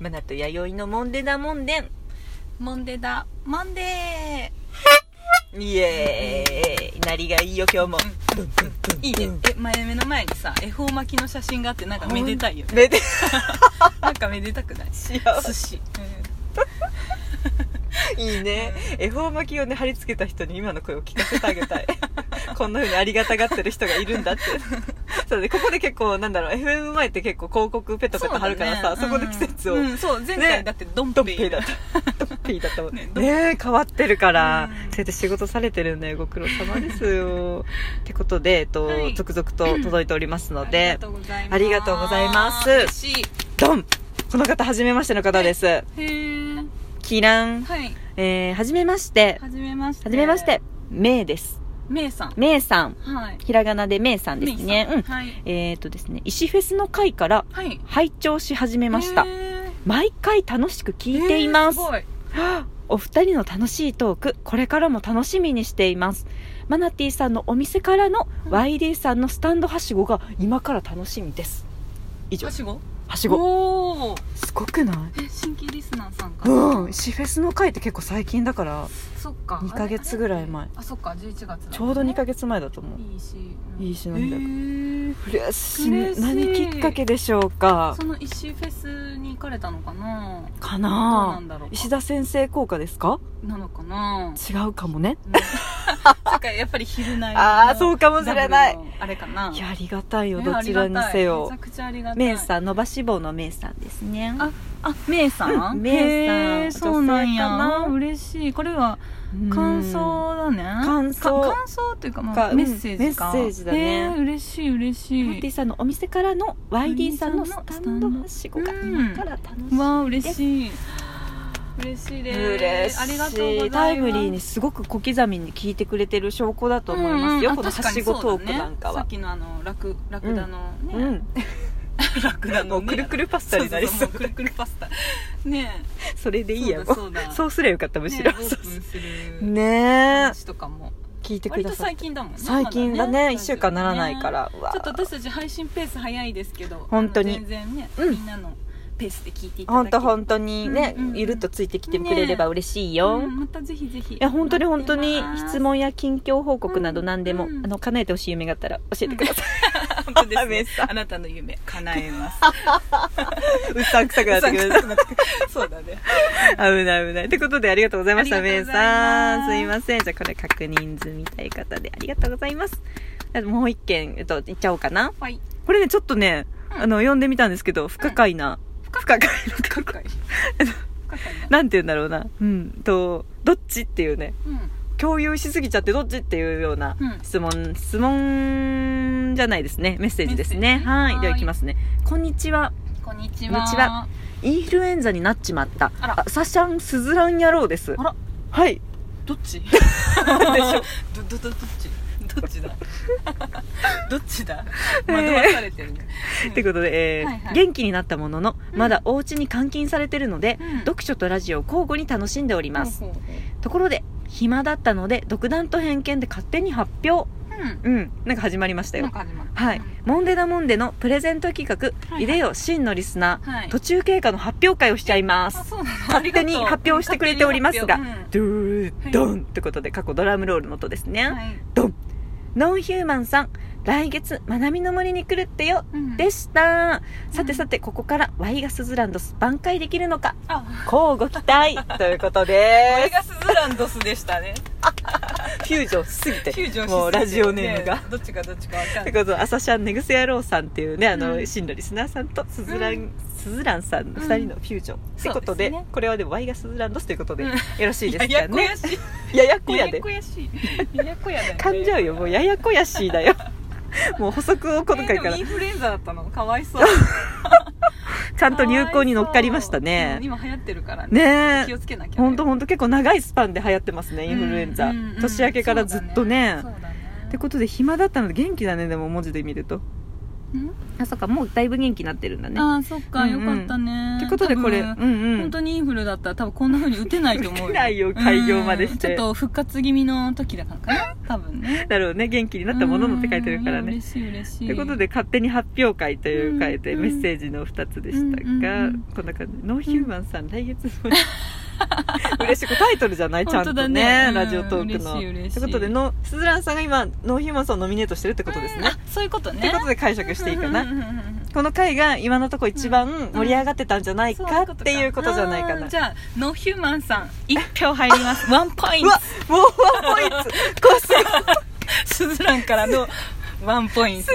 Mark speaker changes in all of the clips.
Speaker 1: マナと弥生のモンデダモンデン
Speaker 2: モンデだモンデ
Speaker 1: イエーイなりがいいよ今日も
Speaker 2: ーいいねえ前目の前にさ恵方巻きの写真があってなんかめでたいよね
Speaker 1: めで
Speaker 2: なんかめでたくない
Speaker 1: 幸
Speaker 2: 寿司、
Speaker 1: せいいね恵方巻きをね貼り付けた人に今の声を聞かせてあげたいこんな風にありがたがってる人がいるんだってそうでここで結構なんだろう FM 前って結構広告ペトペ
Speaker 2: そう
Speaker 1: ト
Speaker 2: だ
Speaker 1: 貼
Speaker 2: ね
Speaker 1: るからさそ,、こで季節を、
Speaker 2: うんうんそう
Speaker 1: ね
Speaker 2: 前回だってドン
Speaker 1: ドッ
Speaker 2: ペ
Speaker 1: ペ
Speaker 2: イ
Speaker 1: イだった。ドッペイだったもん
Speaker 2: ね
Speaker 1: ねえ変わってるから、
Speaker 2: うん
Speaker 1: そうやって仕事されてるんだよ。ご苦労様ですよ。ってことで、えっと、
Speaker 2: はい
Speaker 1: 続々と届いておりますの
Speaker 2: あり
Speaker 1: で
Speaker 2: が、とうございます
Speaker 1: ありがとうございます
Speaker 2: 嬉しい
Speaker 1: ドンこの方、初めましての方です。
Speaker 2: へー
Speaker 1: キラン。
Speaker 2: はい
Speaker 1: えー、はじめまして。
Speaker 2: はじめまして
Speaker 1: はじめまして。メイです。
Speaker 2: めいさん
Speaker 1: メイさん。
Speaker 2: はい
Speaker 1: ひらがなでメイさんですね。
Speaker 2: め
Speaker 1: う
Speaker 2: い
Speaker 1: ん。
Speaker 2: さんはい
Speaker 1: えー、っとですね、石フェスの回から
Speaker 2: はい
Speaker 1: 拝聴し始めました。
Speaker 2: へ
Speaker 1: 毎回楽しく
Speaker 2: ー
Speaker 1: 聞いています
Speaker 2: へー。ごい
Speaker 1: お二人の楽しいトークこれからも楽しみにしていますマナティさんのお店からの
Speaker 2: うん
Speaker 1: YD さんのスタンドはしごが今から楽しみです以上
Speaker 2: はしご
Speaker 1: はしご
Speaker 2: おー
Speaker 1: すごくない
Speaker 2: え新規リスナーさんか
Speaker 1: うんシフェスの回って結構最近だから
Speaker 2: そっか
Speaker 1: 二ヶ月ぐらい前
Speaker 2: あれあそっか11月だもんね
Speaker 1: ちょうど2ヶ月前だと思う
Speaker 2: いいし
Speaker 1: いいしなんだよ
Speaker 2: へー
Speaker 1: 嬉しい
Speaker 2: 嬉しい
Speaker 1: 何きっかけでしょうか
Speaker 2: その石井フェスに行かれたのかな
Speaker 1: か
Speaker 2: どうな
Speaker 1: なん
Speaker 2: だろうか
Speaker 1: 石田先生効果ですか
Speaker 2: なのか な
Speaker 1: 違うかもね
Speaker 2: ねそっかやっぱり昼な
Speaker 1: あーそうかもしれない
Speaker 2: あれかない
Speaker 1: やありがたいよ
Speaker 2: ね
Speaker 1: どちらにせよ
Speaker 2: ありがたいめちゃくちゃありがたい
Speaker 1: メイさん伸ばし棒のメイさんですね
Speaker 2: ああめいさ
Speaker 1: うん
Speaker 2: ん
Speaker 1: めいさん
Speaker 2: へーそうなん
Speaker 1: 女性かな
Speaker 2: や嬉しいこれは
Speaker 1: うん
Speaker 2: 感想だね
Speaker 1: 感想
Speaker 2: か感想というか、ま
Speaker 1: か
Speaker 2: あ、メッセージか、
Speaker 1: うんメッセージだね
Speaker 2: へー嬉しい嬉し
Speaker 1: マーティ
Speaker 2: い
Speaker 1: さんのお店からの YD さんのスタンドはしごが今から楽し
Speaker 2: う
Speaker 1: み
Speaker 2: わー嬉しい嬉しいで
Speaker 1: 嬉
Speaker 2: す
Speaker 1: しい
Speaker 2: ありがとうございます
Speaker 1: タイムリーにすごく小刻みに聞いてくれてる証拠だと思いますよ、
Speaker 2: うんうん
Speaker 1: この
Speaker 2: あ
Speaker 1: は
Speaker 2: 確か
Speaker 1: し
Speaker 2: に
Speaker 1: ご
Speaker 2: そうだ
Speaker 1: トー
Speaker 2: ね
Speaker 1: クなんか
Speaker 2: さ
Speaker 1: は
Speaker 2: っきのあのラクラクダのね、
Speaker 1: う,、
Speaker 2: ラクダの、
Speaker 1: もうく
Speaker 2: ね、
Speaker 1: るくるパスタになりそう
Speaker 2: ううもくるくるパスタね
Speaker 1: それで
Speaker 2: え
Speaker 1: いいやもう
Speaker 2: そうだそうだ
Speaker 1: そうすりゃよかったむしろ
Speaker 2: ねえオープンす
Speaker 1: ね
Speaker 2: る
Speaker 1: ねえ
Speaker 2: 話とかも、
Speaker 1: 聞いてく
Speaker 2: 割
Speaker 1: だ
Speaker 2: と
Speaker 1: さい
Speaker 2: 最近だもんね
Speaker 1: 最近だね
Speaker 2: ま
Speaker 1: 1週間ならないから、うわ
Speaker 2: ちょっと私たち配信ペース早いですけど
Speaker 1: 本当に
Speaker 2: あの全然ね、
Speaker 1: うん
Speaker 2: みんなのペースで聞いていただ
Speaker 1: 本
Speaker 2: け
Speaker 1: 当本当にね、
Speaker 2: うんうんうん
Speaker 1: ゆるっとついてきてくれれば嬉しいよ、
Speaker 2: うんまたぜひぜひい
Speaker 1: いや本当に本当に質問や近況報告など
Speaker 2: うん
Speaker 1: 何でも、
Speaker 2: うん
Speaker 1: あの叶えてほしい夢があったら教えてください、
Speaker 2: 本 当です、
Speaker 1: めっ
Speaker 2: ね
Speaker 1: さ、
Speaker 2: あなたの夢叶えます
Speaker 1: うっさんくさくなってくる
Speaker 2: そうだね
Speaker 1: 危ない危ないってことでありがとうございました
Speaker 2: あり
Speaker 1: めい
Speaker 2: がとうござい
Speaker 1: さん
Speaker 2: ます
Speaker 1: すいませんじゃあこれ確認済みたい方でありがとうございますあともう一件えっといっちゃおうかな
Speaker 2: はい
Speaker 1: これねちょっとね、
Speaker 2: うん
Speaker 1: あの読んでみたんですけど不可解な、不可解な
Speaker 2: 深く
Speaker 1: なんて言うんだろうなうんとどっちっていうね
Speaker 2: うん
Speaker 1: 共有しすぎちゃってどっちっていうような
Speaker 2: うん
Speaker 1: 質問、質問じゃないですねメッセージです
Speaker 2: メッ
Speaker 1: ね
Speaker 2: セージ
Speaker 1: はい
Speaker 2: はい
Speaker 1: ではいきますねこんにちは
Speaker 2: こんにちは
Speaker 1: こんにちはインフルエンザになっちまった
Speaker 2: あら
Speaker 1: サシャンスズラン野郎です
Speaker 2: あら
Speaker 1: はい
Speaker 2: どっちでしょどどどどっちどっち だどっちだ惑わされてるね、うん
Speaker 1: ってことで、えー
Speaker 2: はいはい
Speaker 1: 元気になったものの
Speaker 2: うん
Speaker 1: まだお家に監禁されてるので、
Speaker 2: うん
Speaker 1: 読書とラジオを交互に楽しんでおります、
Speaker 2: ほうほうほ
Speaker 1: ところで暇だったので独断と偏見で勝手に発表
Speaker 2: ううん
Speaker 1: うんなんか始まりました
Speaker 2: なん
Speaker 1: よ
Speaker 2: か始まった
Speaker 1: はい、モンデダモンデのプレゼント企画、
Speaker 2: はい
Speaker 1: イデオ真のリスナー、
Speaker 2: はい
Speaker 1: 途中経過の発表会をしちゃいま
Speaker 2: あ
Speaker 1: す
Speaker 2: そうなのあ
Speaker 1: 勝
Speaker 2: りが
Speaker 1: 手
Speaker 2: とう
Speaker 1: に発表してくれておりますが、
Speaker 2: 勝手
Speaker 1: ド
Speaker 2: に発表
Speaker 1: ゥ
Speaker 2: は
Speaker 1: ー
Speaker 2: い
Speaker 1: ドンってことで過去ドラムロールの音ですね、
Speaker 2: うんはい
Speaker 1: ノンヒューマンさん来月まなみの森に来るってよ
Speaker 2: うん
Speaker 1: でしたさて
Speaker 2: うん
Speaker 1: さてここからワイガスズランドス挽回できるの か
Speaker 2: あ
Speaker 1: 交互期待ということ
Speaker 2: これ
Speaker 1: で
Speaker 2: がスズランドスでしたね
Speaker 1: フュージョンしすぎて
Speaker 2: 救助
Speaker 1: もうラジオネームが、
Speaker 2: どっちかどっちかわかん
Speaker 1: という
Speaker 2: ない
Speaker 1: ことで朝シャンネグセ野郎さんっていうねあの、
Speaker 2: うん
Speaker 1: 真のリスナーさんとスズラン、
Speaker 2: うん
Speaker 1: スズランさんの2人のフュージョン、ってことで
Speaker 2: そうですね
Speaker 1: これはでもワイガスズランドスということで、
Speaker 2: うん
Speaker 1: よろしいですかね
Speaker 2: ややこやしい
Speaker 1: ややこや
Speaker 2: や
Speaker 1: で
Speaker 2: やこやしいややこやだよね
Speaker 1: 噛んじゃうよもうややこやしいだ よもう補足を今回か
Speaker 2: えーでも
Speaker 1: ら
Speaker 2: イ
Speaker 1: ち
Speaker 2: ンフルエンザだったのかわ いそう
Speaker 1: ゃんと流行に乗っかりましたね
Speaker 2: うん今流行ってるからね
Speaker 1: ね
Speaker 2: 気
Speaker 1: え
Speaker 2: をつけなきゃ
Speaker 1: ほんとほんと結構長いスパンで流行ってますねインフルエンザ、
Speaker 2: うんうんうん
Speaker 1: 年明けからずっとね
Speaker 2: そうだねそうだね
Speaker 1: ってことで暇だったので元気だねでも文字で見るとあそっかもうだいぶ元気になってるんだね
Speaker 2: ああそっか、
Speaker 1: うんうん
Speaker 2: よかったね
Speaker 1: ってことでこれ
Speaker 2: 多
Speaker 1: う
Speaker 2: 分
Speaker 1: んうん
Speaker 2: 本当にインフルだったら多分こんな風に打てないと思う
Speaker 1: 打てないよ開業までして
Speaker 2: うんちょっと復活気味の時だからかな多分ね
Speaker 1: だろうね元 気になったもののって書いてるから
Speaker 2: うんい
Speaker 1: ね
Speaker 2: や嬉しい嬉しい
Speaker 1: ということで勝手に発表会という回で
Speaker 2: うん
Speaker 1: メッセージの2つでしたが、
Speaker 2: うんうん
Speaker 1: こんな感じノーヒューマンさん、来月も 嬉しいこれタイトルじゃないちゃんと
Speaker 2: 本当
Speaker 1: ね
Speaker 2: だねうん
Speaker 1: ラジオトークの
Speaker 2: 嬉しい嬉しい
Speaker 1: ということでのスズランさんが今ノーヒューマンさんをノミネートしてるってことですね
Speaker 2: うんあそういうことね
Speaker 1: ってことで解釈していいかな、
Speaker 2: うんうんうんうん
Speaker 1: この回が今のとこ一番盛り上がってたんじゃないかっていうことじゃないか
Speaker 2: う
Speaker 1: な。
Speaker 2: んじゃあノーヒューマンさん一票入りますワンポイン
Speaker 1: う
Speaker 2: ト
Speaker 1: わもうワンポイントこうす
Speaker 2: スズランからの ワンポイント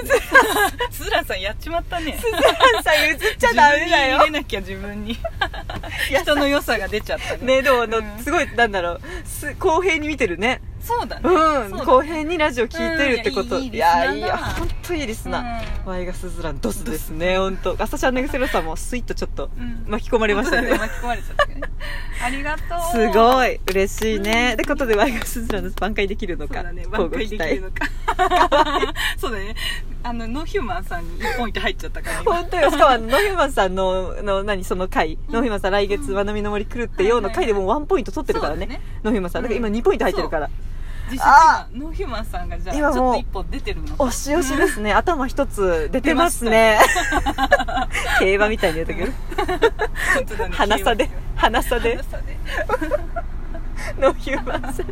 Speaker 2: スズランさんやっちまったね
Speaker 1: スズランさん譲っちゃダメだよ
Speaker 2: 自分に入れなきゃ自分 に人の良さが出ちゃったね
Speaker 1: ねでもあの、
Speaker 2: うん
Speaker 1: すごいなんだろうす公平に見てるね
Speaker 2: そうだね
Speaker 1: うん
Speaker 2: そうだね
Speaker 1: 公平にラジオ聞いてるってこと、
Speaker 2: うんい
Speaker 1: い
Speaker 2: や
Speaker 1: や
Speaker 2: いい
Speaker 1: い
Speaker 2: リスナ
Speaker 1: や
Speaker 2: ーだな
Speaker 1: 本当いいリスナー、
Speaker 2: うん
Speaker 1: ワイガスズランドスですね本当朝シャンネグセロさんもスイッとちょっと
Speaker 2: うん
Speaker 1: 巻き込まれましたね、
Speaker 2: そうだ巻き込まれちゃったねありがとう
Speaker 1: す
Speaker 2: い
Speaker 1: ごい嬉しいね、ってことでワイガスズランの挽回できるの
Speaker 2: そう
Speaker 1: か
Speaker 2: だね
Speaker 1: 交
Speaker 2: 挽
Speaker 1: 互
Speaker 2: 回
Speaker 1: 期
Speaker 2: で
Speaker 1: 待
Speaker 2: きるのか そうだねあのノーヒューマンさんに1ポイント入っちゃったから今
Speaker 1: 本当よしかもノヒューマンさんのの何その回、ノヒューマンさん来月「まなみの森来る」ってようの回でもうワンポイント取ってるからね
Speaker 2: そうだね
Speaker 1: ノヒューマンさんだから今2ポイント入ってるから
Speaker 2: 実質
Speaker 1: あ
Speaker 2: 今ノーヒューマンさんがじゃあちょ
Speaker 1: 今
Speaker 2: っ
Speaker 1: もう
Speaker 2: と一歩出てるのか
Speaker 1: 押し押しですね、頭一つ出てますね競馬みたいに言うたけど
Speaker 2: 本当だね
Speaker 1: 鼻差で鼻差で
Speaker 2: 鼻差で
Speaker 1: ノヒューマンさん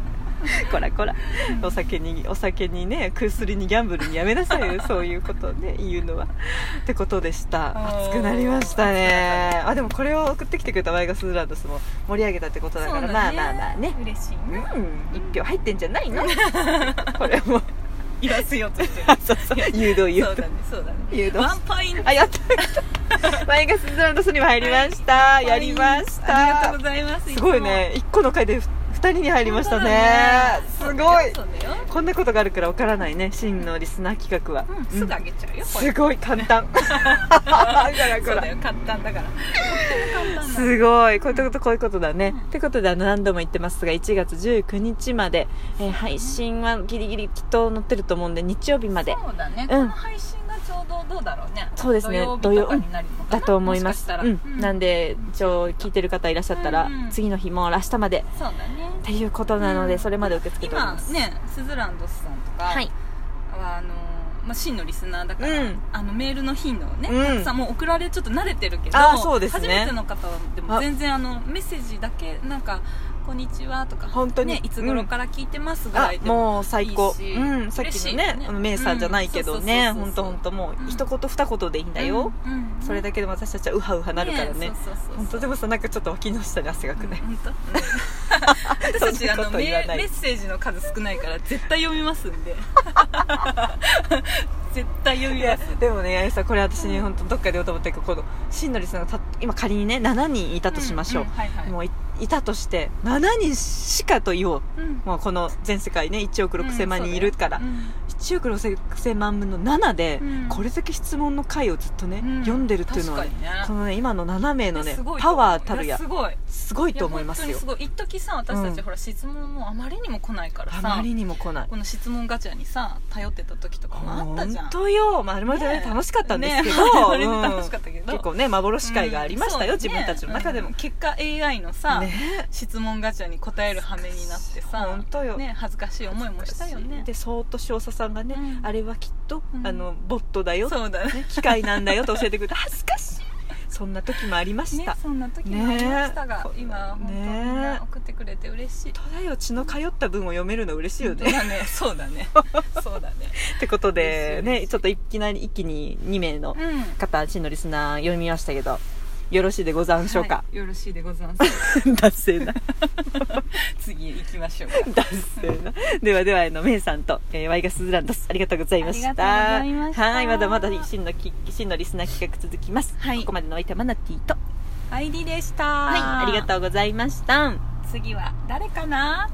Speaker 1: こらこらお酒にお酒にね薬にギャンブルにやめなさい よそういうことをね言うのはってことでした
Speaker 2: おー
Speaker 1: 熱くなりましたねあでもこれを送ってきてくれたワイガスズランドスも盛り上げたってことだからまあまあまあね
Speaker 2: 嬉しいね
Speaker 1: うん一票入ってんじゃないのこれも
Speaker 2: 言わせようとしてる
Speaker 1: そうそう誘導誘
Speaker 2: そう
Speaker 1: 導
Speaker 2: だねそうだね
Speaker 1: 誘導
Speaker 2: ワンポイント
Speaker 1: あやったマイガスズランドスにも入りましたやりました
Speaker 2: ありがとうございます
Speaker 1: すごいね一個の回でふ二人に入りましたねす
Speaker 2: 本当
Speaker 1: ご
Speaker 2: だ
Speaker 1: い
Speaker 2: ねそうだよ
Speaker 1: こんなことがあるからわからないね真のリスナー企画は
Speaker 2: そうだようんすぐあげちゃうよこれ
Speaker 1: すごい簡単 だから
Speaker 2: そ
Speaker 1: こ
Speaker 2: うだよ
Speaker 1: ら
Speaker 2: 簡単だから
Speaker 1: すごいこういうことこういうことだねってことであの何度も言ってますが1月19日まで、えー配信はギリギリきっと載ってると思うんで日曜日まで
Speaker 2: そうだね
Speaker 1: ん
Speaker 2: この配信がちょうどどうだろうね
Speaker 1: そうですね
Speaker 2: 土曜日とかになるのかな
Speaker 1: だと思いま
Speaker 2: もしかし
Speaker 1: す
Speaker 2: たら
Speaker 1: うんなんで一応聞いてる方いらっしゃったら、
Speaker 2: うんうん
Speaker 1: 次の日も明日まで
Speaker 2: そうだね
Speaker 1: っていうことなので、それまで受け付けており
Speaker 2: 今
Speaker 1: ます
Speaker 2: ねスズランドスさんとか
Speaker 1: はい
Speaker 2: はあのまあ、真のリスナーだから、
Speaker 1: うん
Speaker 2: あのメールの頻度をね、
Speaker 1: うん
Speaker 2: たくさんもう送られちょっと慣れてるけど
Speaker 1: あーそうですね
Speaker 2: 初めての方でも
Speaker 1: あ
Speaker 2: 全然あのメッセージだけなんか「こんにちは」とか
Speaker 1: 本当に
Speaker 2: ね、いつ頃から聞いてますぐら
Speaker 1: あ
Speaker 2: いでも
Speaker 1: もう最高
Speaker 2: いいし
Speaker 1: うん、さっきの
Speaker 2: 嬉しいよ
Speaker 1: ね
Speaker 2: ね
Speaker 1: あのメイさんじゃないけどね、
Speaker 2: うん
Speaker 1: 本当本当もう
Speaker 2: うん
Speaker 1: 一言二言でいいんだよ、、
Speaker 2: うんうん
Speaker 1: それだけでも私たちはウハウハなるからね
Speaker 2: そうそうそうそう
Speaker 1: 本当でもさなんかちょっと脇の下に汗がくね、
Speaker 2: 本 当私たちあ
Speaker 1: そんなこ
Speaker 2: の
Speaker 1: と
Speaker 2: メ
Speaker 1: 言わない
Speaker 2: メッセージの数少ないから絶対読みます んで絶対読
Speaker 1: い
Speaker 2: みま
Speaker 1: や
Speaker 2: す
Speaker 1: でもね八重さんこれ私ね本当どっかで言おうと思ったけどこの真のりさんがた今仮にね7人いたとしましょう、
Speaker 2: んんはいはい
Speaker 1: もういいたとして7人しかと言おう
Speaker 2: うん
Speaker 1: もうこの全世界ね1億6000万人いるから、
Speaker 2: うん
Speaker 1: 1億6000万分の7で、
Speaker 2: うん
Speaker 1: これだけ質問の回をずっとね、
Speaker 2: うん
Speaker 1: 読んでるっていうのはね
Speaker 2: 確かにね
Speaker 1: このね今の7名の
Speaker 2: いや
Speaker 1: ね
Speaker 2: すごいと
Speaker 1: パ
Speaker 2: 思う
Speaker 1: ワーたる
Speaker 2: いや
Speaker 1: や
Speaker 2: すごい
Speaker 1: すごいと思います
Speaker 2: や
Speaker 1: よ
Speaker 2: 本当にすごい一時さ私たち、
Speaker 1: うん
Speaker 2: ほら質問もあまりにも来ないから
Speaker 1: あ
Speaker 2: さ
Speaker 1: まりにも来ない
Speaker 2: この質問ガチャにさ頼ってた時とかもあったじゃん
Speaker 1: 本当よまるまる
Speaker 2: ねえ
Speaker 1: 楽しかったんですけど、
Speaker 2: ねえ 我々
Speaker 1: うん
Speaker 2: 楽しかったけど
Speaker 1: 結構ね幻会がありましたよ、
Speaker 2: うん
Speaker 1: 自分たちの中でも、
Speaker 2: うん結果 AI のさ、
Speaker 1: ね
Speaker 2: 質問ガチャに答える羽目になってさ
Speaker 1: 本当よ
Speaker 2: ね、恥ずかしい思いもしたよね
Speaker 1: でそーっと少佐さんがね、
Speaker 2: うん
Speaker 1: あれはきっと、
Speaker 2: うん
Speaker 1: あのボットだよ、
Speaker 2: そうだね
Speaker 1: ね機械なんだよと教えてくれて恥ずかしいそんな時もありまし
Speaker 2: ね
Speaker 1: た、
Speaker 2: そんな時もありました
Speaker 1: ね
Speaker 2: が、今本当みん
Speaker 1: ね
Speaker 2: な送ってくれて嬉しい、
Speaker 1: 戸田よ血の通った文を読めるの嬉しいよ
Speaker 2: 本当
Speaker 1: ね
Speaker 2: だね そうだねそうだね
Speaker 1: ってことで
Speaker 2: 嬉しい
Speaker 1: ねちょっといきなり一気に2名の
Speaker 2: うん
Speaker 1: 方真のリスナー読みましたけどよろしいでござんしょうか、
Speaker 2: はいよろしいでござん す
Speaker 1: 達成な
Speaker 2: 次へ行きましょう か
Speaker 1: 達成なではではあのメイさんと、えー、ワイガスズランドスありがとうございました
Speaker 2: ありがとうございました
Speaker 1: はいまだまだ真のき真のリスナー企画続きます、
Speaker 2: はい
Speaker 1: ここまでのお相手はマナティと
Speaker 2: ID でした
Speaker 1: はいありがとうございました
Speaker 2: 次は誰かな